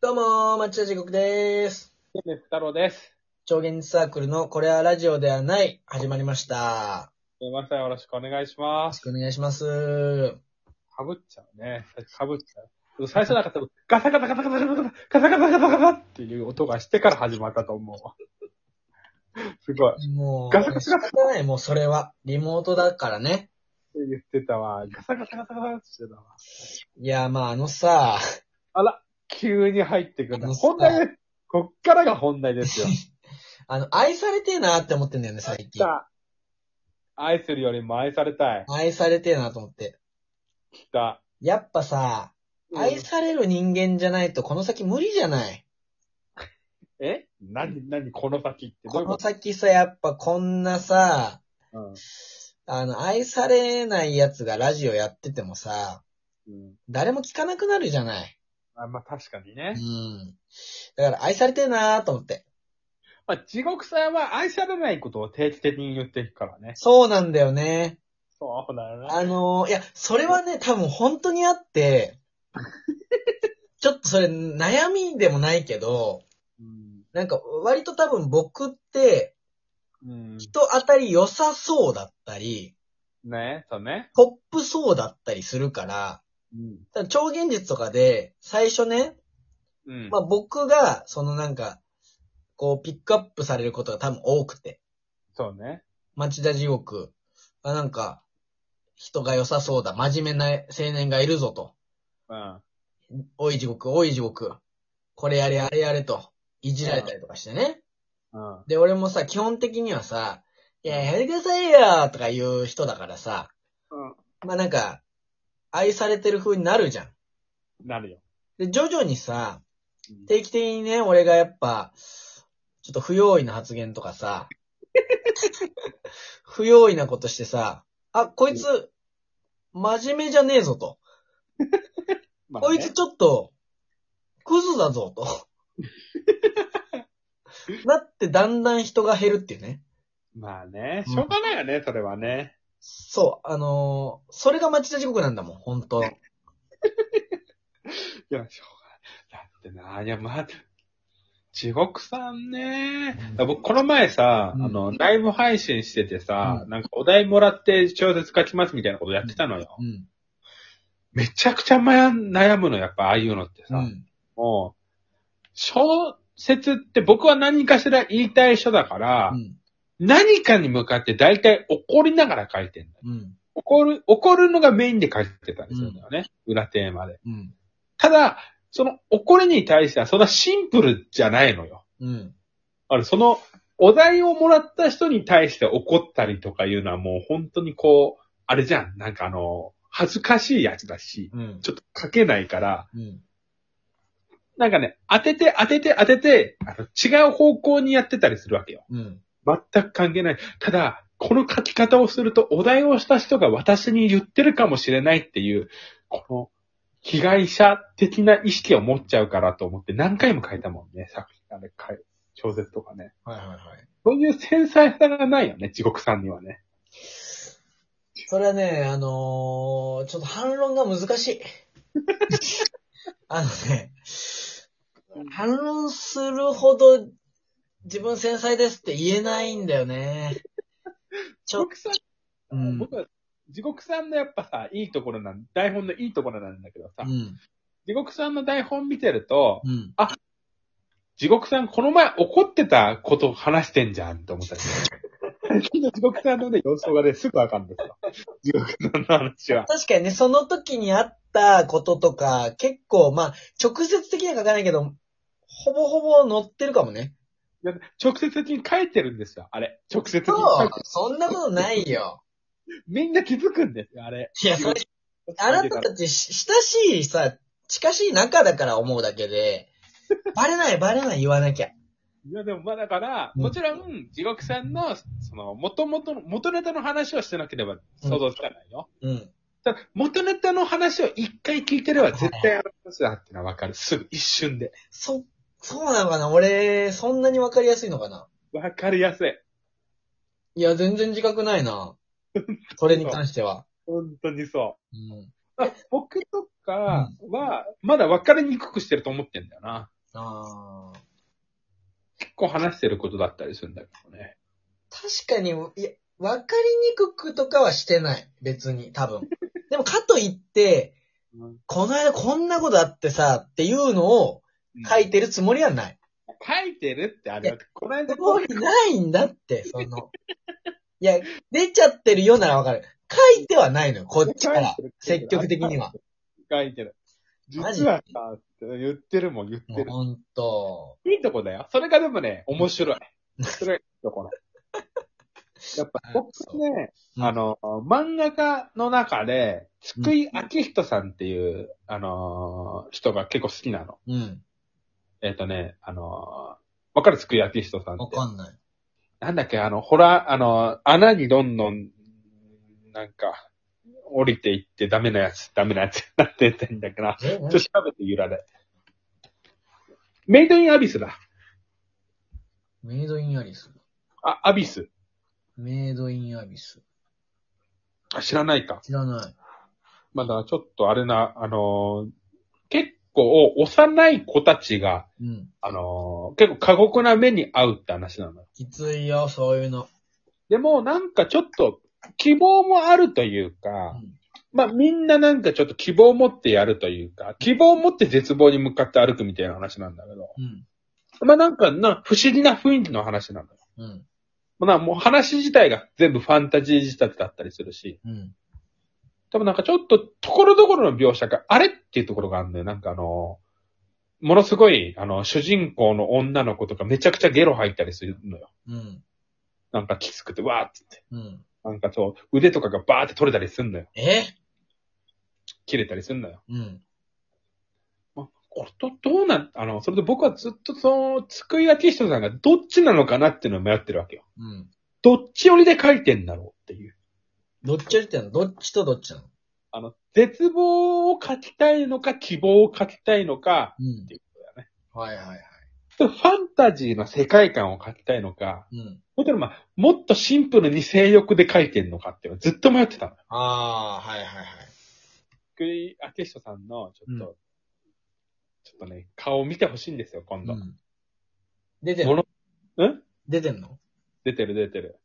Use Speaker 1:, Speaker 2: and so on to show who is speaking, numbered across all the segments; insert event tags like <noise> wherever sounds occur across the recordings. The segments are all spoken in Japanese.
Speaker 1: どうもー、町田地獄でーす。
Speaker 2: です太郎です。
Speaker 1: 超現実サークルのこれはラジオではない、始まりました。
Speaker 2: 出ましたよろしくお願いし
Speaker 1: よろ
Speaker 2: ま
Speaker 1: し
Speaker 2: す。
Speaker 1: くお願いします。
Speaker 2: かぶっちゃうね。かぶっちゃう。最初なんか多分ガタガタガタガタガタガタガタガタガタガタっていう音がしてから始まったと思うわ。すごい。
Speaker 1: もう、
Speaker 2: ガサ
Speaker 1: 仕方ない、もうそれは。リモートだからね。
Speaker 2: 言ってたわ。ガサガタガタガタってしてたわ。
Speaker 1: いや、まああのさ、
Speaker 2: あら、急に入ってく
Speaker 1: あの
Speaker 2: る。
Speaker 1: さ
Speaker 2: 本題です。こっからが本題ですよ。
Speaker 1: あの、愛されてえなって思ってんだよね、最近。
Speaker 2: さあ、愛するよりも愛されたい。
Speaker 1: 愛されてえなと思って。
Speaker 2: 来た。
Speaker 1: やっぱさ、愛される人間じゃないとこの先無理じゃない。
Speaker 2: え何、何、この先ってどう
Speaker 1: こ
Speaker 2: いうこ
Speaker 1: の
Speaker 2: と
Speaker 1: 先さ、やっぱこんなさ、あの、愛されないやつがラジオやっててもさ、
Speaker 2: うん。うん
Speaker 1: 誰も聞かなくなるじゃない。
Speaker 2: あまあ確かに
Speaker 1: う
Speaker 2: ね。
Speaker 1: ん。だから愛されてえなーと思って。
Speaker 2: まあ、地獄さんは愛されないことを定期的に言っていくからね。
Speaker 1: そうなんだよね。
Speaker 2: そうだよな。
Speaker 1: あのーいや、それはね、多分本当にあって、ちょっとそれ悩みでもないけど、
Speaker 2: うん。
Speaker 1: なんか割と多分僕って
Speaker 2: うん。
Speaker 1: 人当たり良さそうだったり、
Speaker 2: ねそうね。
Speaker 1: トップそうだったりするから、
Speaker 2: うん。
Speaker 1: ただ超現実とかで最初ね、
Speaker 2: うん。
Speaker 1: まあ僕が、そのなんか、こうピックアップされることが多分多くて、
Speaker 2: そうね。
Speaker 1: 町田地獄、あなんか、人が良さそうだ、真面目な青年がいるぞと、
Speaker 2: うん。
Speaker 1: おい地獄、おい地獄、これやれあれやれと、いじられたりとかしてね。
Speaker 2: うん。
Speaker 1: で、俺もさ、基本的にはさ、いや、やめてくださいよとか言う人だからさ、まあなんか、愛されてる風になるじゃん。
Speaker 2: なるよ。
Speaker 1: で、徐々にさ
Speaker 2: うん、
Speaker 1: 定期的にね、俺がやっぱ、ちょっと不用意な発言とか
Speaker 2: <laughs>
Speaker 1: さ、不用意なことしてさ、あ、こいつ、真面目じゃねえぞと。
Speaker 2: まあ
Speaker 1: こ
Speaker 2: ね
Speaker 1: いつちょっと、クズだぞ
Speaker 2: <laughs>
Speaker 1: と。なってだんだん人が減るっていうね。
Speaker 2: まあね。しょうがないよね、それはね。
Speaker 1: そう、あのーそれが町田地獄なんだもん、本当
Speaker 2: いや、しょうがない。だってな、いや、まあ、地獄さんね。だから僕、この前さ、
Speaker 1: うん
Speaker 2: あの、ライブ配信しててさ、
Speaker 1: う
Speaker 2: なんかお題もらって小説書きますみたいなことやってたのよ。
Speaker 1: うん。
Speaker 2: めちゃくちゃ悩むの、やっぱ、ああいうのって
Speaker 1: う
Speaker 2: さ。
Speaker 1: ん。
Speaker 2: もう、小説って僕は何かしら言いたい人だから、
Speaker 1: うん。
Speaker 2: 何かに向かって大体怒りながら書いてんだよ。
Speaker 1: うん。
Speaker 2: 怒る、怒るのがメインで書いてたりするんだよね。裏テーマで。
Speaker 1: うん。
Speaker 2: ただ、その怒りに対してはそんなシンプルじゃないのよ。
Speaker 1: うん。
Speaker 2: あの、その、お題をもらった人に対して怒ったりとかいうのはもう本当にこう、あれじゃん。なんかあの、恥ずかしいやつだし、
Speaker 1: うん。
Speaker 2: ちょっと書けないから、
Speaker 1: うん。
Speaker 2: なんかね、当てて当てて当てて、あの違う方向にやってたりするわけよ。
Speaker 1: うん。
Speaker 2: 全く関係ない。ただ、この書き方をするとお題をした人が私に言ってるかもしれないっていう、この被害者的な意識を持っちゃうからと思って何回も書いたもんね、作品、あれ、書い小説とかね。
Speaker 1: はいはいはい。
Speaker 2: そういう繊細さがないよね、地獄さんにはね。
Speaker 1: それはね、あのーちょっと反論が難 <laughs> しい。あのね、反論するほど自分繊細ですって言えないんだよ <laughs> ね。ち
Speaker 2: 地
Speaker 1: ょ、
Speaker 2: 獄さん、
Speaker 1: うん。
Speaker 2: 僕は、地獄さんのやっぱさ、いいところなん、台本のいいところなんだけどさ、
Speaker 1: うん。
Speaker 2: 地獄さんの台本見てると、
Speaker 1: うん。
Speaker 2: 地獄さん、この前怒ってたこと話してんじゃんって思ったりする地獄さんのね、様子がね、すぐわかるんですよ。地獄さんの話は。
Speaker 1: 確かにね、その時にあったこととか、結構、まあ、直接的には書かないけど、ほぼほぼ載ってるかもね。
Speaker 2: いや直接的に書いてるんですよ、あれ。直接的
Speaker 1: そ
Speaker 2: に
Speaker 1: う、そんなことないよ。
Speaker 2: みんな気づくんですよ、あれ。
Speaker 1: いや、それ、あなたたちし親しいさ、近しい仲だから思うだけで、バレないバレない言わなきゃ。
Speaker 2: いや、でもまあだから、
Speaker 1: うん
Speaker 2: もちろん、地獄さんの、その、元々の、元ネタの話をしてなければ想像つかないよ。
Speaker 1: うん。
Speaker 2: ただ、元ネタの話を一回聞いてれば絶対あの話だってのはわかる。すぐ、一瞬で。
Speaker 1: そ、そうなのかな俺、そんなにわかりやすいのかな
Speaker 2: わかりやすい。
Speaker 1: <laughs> いや、全然自覚ないな。それに関しては。
Speaker 2: 本当にそう。
Speaker 1: うん。
Speaker 2: あ僕とかは、まだ分かりにくくしてると思ってんだよな。
Speaker 1: あー
Speaker 2: 結構話してることだったりするんだけどね。
Speaker 1: 確かに、いや、わかりにくくとかはしてない。別に、多 <laughs> 分。でも、かといって、この間こんなことあってさ、っていうのを書いてるつもりはない。
Speaker 2: 書いてるってあれは、この間
Speaker 1: つもりないんだって、その。いや、出ちゃってるよならわかる。書いてはないのよ、こっちから。積極的には。
Speaker 2: 書いてる。
Speaker 1: マジ
Speaker 2: 実はさ、言ってるもん言って
Speaker 1: もう
Speaker 2: る。
Speaker 1: ほんと。
Speaker 2: いいとこだよ。それがでもね、面白い。面白いと <laughs> ころ。やっぱ僕ね、
Speaker 1: うん
Speaker 2: あの、漫画家の中で、津久井明人さんっていう、あのー人が結構好きなの。
Speaker 1: うん。
Speaker 2: えっ、とね、あのーわかる津久井明人さん
Speaker 1: わ
Speaker 2: って。
Speaker 1: かんない。
Speaker 2: なんだっけ、あの、ほら、あの、穴にどんどん、なんか、降りていってダメなやつ、ダメなやつ、なってってんだけどな。
Speaker 1: え
Speaker 2: ちょっと調べて揺られ。メイドインアビスだ。
Speaker 1: メイドインアリス。
Speaker 2: あ、アビス。
Speaker 1: メイドインアビス。
Speaker 2: あ知らないか。
Speaker 1: 知らない。
Speaker 2: まだちょっとあれな、あのー結構幼い子たちが、
Speaker 1: うん。
Speaker 2: あのー結構過酷な目に遭うって話なのよ。
Speaker 1: きついよ、そういうの。
Speaker 2: でもなんかちょっと希望もあるというか、
Speaker 1: うん
Speaker 2: まあみんななんかちょっと希望を持ってやるというか、希望を持って絶望に向かって歩くみたいな話なんだけど、
Speaker 1: うん。
Speaker 2: まあなんかな、不思議な雰囲気の話なのよ。
Speaker 1: うん。
Speaker 2: まあもう話自体が全部ファンタジー仕立てだったりするし、
Speaker 1: うん。
Speaker 2: でもなんかちょっと、ところどころの描写が、あれっていうところがあるんだよ。なんかあの、ものすごい、あの、主人公の女の子とかめちゃくちゃゲロ吐いたりするのよ。
Speaker 1: うん。
Speaker 2: なんかきつくて、わーって言って。
Speaker 1: うん。
Speaker 2: なんかそう、腕とかがバーって取れたりすんのよ。
Speaker 1: え
Speaker 2: 切れたりすんのよ。
Speaker 1: うん。
Speaker 2: あこれど、どうなん、あの、それで僕はずっとその、つくいあきひとさんがどっちなのかなっていうのを迷ってるわけよ。
Speaker 1: うん。
Speaker 2: どっち寄りで書いてんだろうっていう。
Speaker 1: どっちよりってのどっちとどっちなの
Speaker 2: あの、絶望を書きたいのか、希望を書きたいのか、
Speaker 1: うん
Speaker 2: ていうことだよね。
Speaker 1: はいはいはい。
Speaker 2: ファンタジーの世界観を書きたいのか、
Speaker 1: うん。
Speaker 2: もちろんまあ、もっとシンプルに性欲で書いてんのかっていうのはずっと迷ってたの。
Speaker 1: ああ、はいはいはい。
Speaker 2: 福井明人さんの、ちょっと、
Speaker 1: う
Speaker 2: ちょっとね、顔を見てほしいんですよ、今度。
Speaker 1: うん。出てん
Speaker 2: も
Speaker 1: の
Speaker 2: のうん
Speaker 1: 出てんの
Speaker 2: 出てる出てる。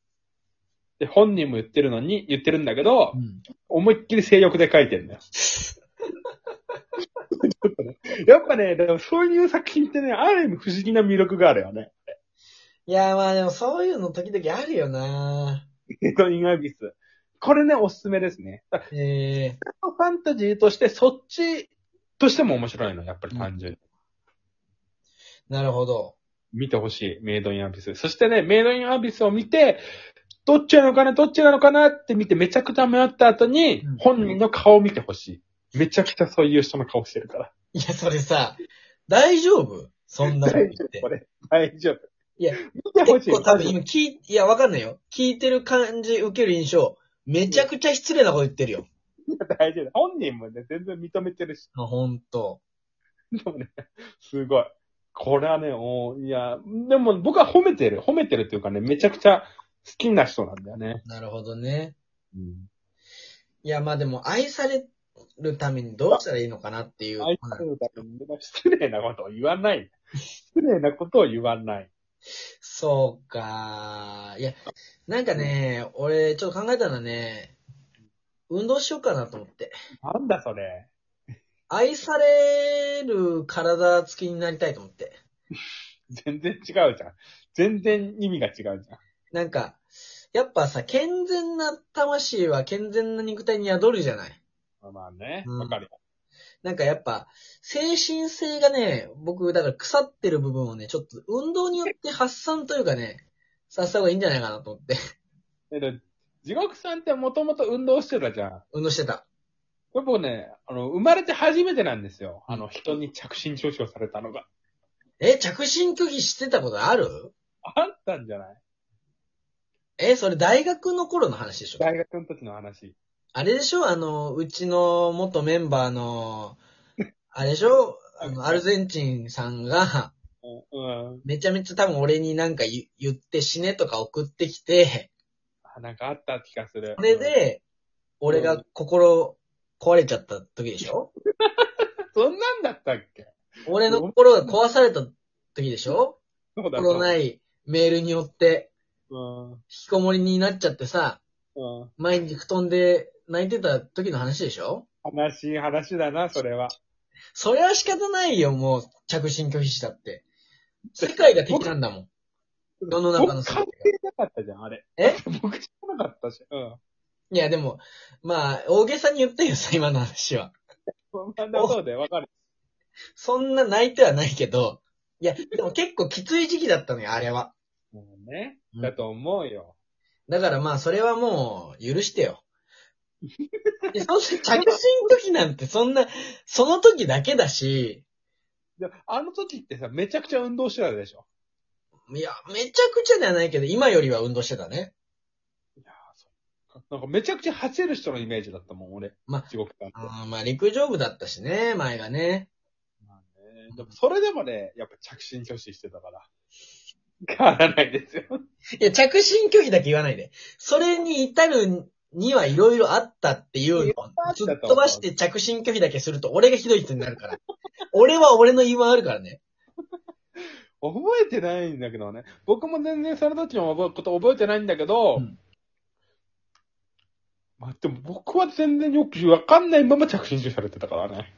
Speaker 2: で、本人も言ってるのに、言ってるんだけど、
Speaker 1: ん。
Speaker 2: 思いっきり性欲で書いてんだよ。 <laughs> ちょっとね、やっぱね、でもそういう作品ってね、ある意味不思議な魅力があるよね。
Speaker 1: いや、まあでもそういうの時々あるよな
Speaker 2: エトインアビス。これね、おすすめですね。
Speaker 1: ええ
Speaker 2: ファンタジーとして、そっちとしても面白いの、やっぱり単純に。
Speaker 1: なるほど。
Speaker 2: 見てほしい、メイドインアビス。そしてね、メイドインアビスを見て、どっちなのかな、どっちなのかなって見て、めちゃくちゃ迷った後に
Speaker 1: うん、
Speaker 2: 本人の顔を見てほしい。めちゃくちゃそういう人の顔してるから。
Speaker 1: いや、それさ、大丈夫そんなこと言
Speaker 2: 大丈
Speaker 1: っ
Speaker 2: 夫、
Speaker 1: て
Speaker 2: こ。れ。大丈夫。
Speaker 1: いや、
Speaker 2: 見てほし
Speaker 1: 結
Speaker 2: い。
Speaker 1: 構多分今聞い、いや、わかんないよ。聞いてる感じ、受ける印象、めちゃくちゃ失礼なこと言ってるよ。
Speaker 2: 大丈夫。本人もね、全然認めてるし。 <laughs>
Speaker 1: あほんと。
Speaker 2: でもね、すごい。これはね、おいや、でも僕は褒めてる。褒めてるっていうかね、めちゃくちゃ好きな人なんだよね。
Speaker 1: なるほどね。
Speaker 2: うん
Speaker 1: いや、まあでも、愛されるためにどうしたらいいのかなっていう。
Speaker 2: 愛されるために失礼なことを言わない。失礼なことを言わない。
Speaker 1: そうか。いや、なんかね、俺、ちょっと考えたのはね、運動しようかなと思って。
Speaker 2: なんだそれ。
Speaker 1: 愛される体つきになりたいと思って。
Speaker 2: 全然違うじゃん。全然意味が違うじゃん。
Speaker 1: なんか、やっぱさ、健全な魂は健全な肉体に宿るじゃない。
Speaker 2: まあまあね、
Speaker 1: うん
Speaker 2: わかるよ。
Speaker 1: なんかやっぱ、精神性がね、僕、だから腐ってる部分をね、ちょっと運動によって発散というかね、させた方がいいんじゃないかなと思って。
Speaker 2: えっと、地獄さんってもともと運動してたじゃん。
Speaker 1: 運動してた。
Speaker 2: これ僕ね、あの、生まれて初めてなんですよ。あの、人に着信拒否をされたのが。
Speaker 1: え、着信拒否してたことある
Speaker 2: あったんじゃない
Speaker 1: え、それ大学の頃の話でしょ
Speaker 2: 大学の時の話。
Speaker 1: あれでしょあの、うちの元メンバー
Speaker 2: <laughs>
Speaker 1: の、あれでしょあの、アルゼンチンさんが、
Speaker 2: うん。うん
Speaker 1: めちゃめちゃ多分俺になんか言言って死ねとか送ってきて、
Speaker 2: あなんかあった気がする。
Speaker 1: それで、俺が心壊れちゃった時でしょ
Speaker 2: そんなんだったっけ
Speaker 1: 俺の心が壊された時でしょ
Speaker 2: そうだ
Speaker 1: 心
Speaker 2: い。
Speaker 1: ないメールによって、
Speaker 2: うん。
Speaker 1: 引きこもりになっちゃってさ、
Speaker 2: うん。
Speaker 1: 毎日布団で泣いてた時の話でしょ
Speaker 2: 悲しい話だな、それは。
Speaker 1: それは仕方ないよ、もう、着信拒否したって。世界が敵なんだもん。世の中の
Speaker 2: 僕
Speaker 1: 全てが
Speaker 2: 関係なかったじゃん、あれ。
Speaker 1: え
Speaker 2: 僕知らなかったし。うん。
Speaker 1: いや、でも、まあ、大げさに言ってよ、さ、今の話は。
Speaker 2: そんなそうでわかる。
Speaker 1: そんな泣いてはないけど、いや、でも結構きつい時期だったのよ、あれは。
Speaker 2: もうね。
Speaker 1: うん
Speaker 2: だと思うよ。
Speaker 1: だからまあ、それはもう、許してよ。いや、そんな、着信時なんて、そんな、その時だけだし、
Speaker 2: であの時ってさ、めちゃくちゃ運動してたでしょ。
Speaker 1: いや、めちゃくちゃではないけど、今よりは運動してたね。
Speaker 2: いやーそっかなんかめちゃくちゃ走る人のイメージだったもん、俺。
Speaker 1: ま
Speaker 2: 地獄さんって。
Speaker 1: あーまあ、陸上部だったしね、前がね。
Speaker 2: まあねでもそれでもね、やっぱ着信拒否してたから。変わらないですよ。 <laughs>
Speaker 1: いや、着信拒否だけ言わないで。それに至るにはいろいろあったっていうのを、
Speaker 2: い
Speaker 1: 突
Speaker 2: ろいろあ
Speaker 1: っ
Speaker 2: ったと
Speaker 1: 飛ばして着信拒否だけすると、俺がひどい人になるから。 <laughs> 俺は俺の言い分あるからね。
Speaker 2: 覚えてないんだけどね。僕も全然その時の覚えこと覚えてないんだけど、
Speaker 1: うん
Speaker 2: まあでも僕は全然よくわかんないまま着信拒否されてたからね。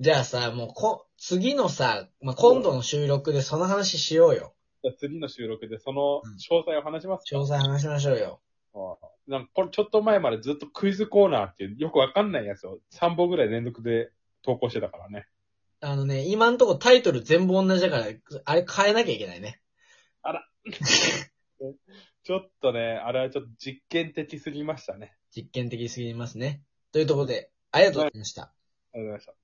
Speaker 1: じゃあさ、もうこ、次のさ、まあ、今度の収録でその話しようよ。
Speaker 2: じゃあ次の収録でその
Speaker 1: うん
Speaker 2: 詳細を話します
Speaker 1: 詳細話しましょうよ。
Speaker 2: なんかこれちょっと前までずっとクイズコーナーっていうよくわかんないやつを3本ぐらい連続で投稿してたからね。
Speaker 1: あのね、今んとこタイトル全部同じだから、あれ変えなきゃいけないね。
Speaker 2: ちょっとね、あれはちょっと実験的すぎましたね。
Speaker 1: 実験的すぎますね。というところで、ありがとうございました。
Speaker 2: ありがとうございました。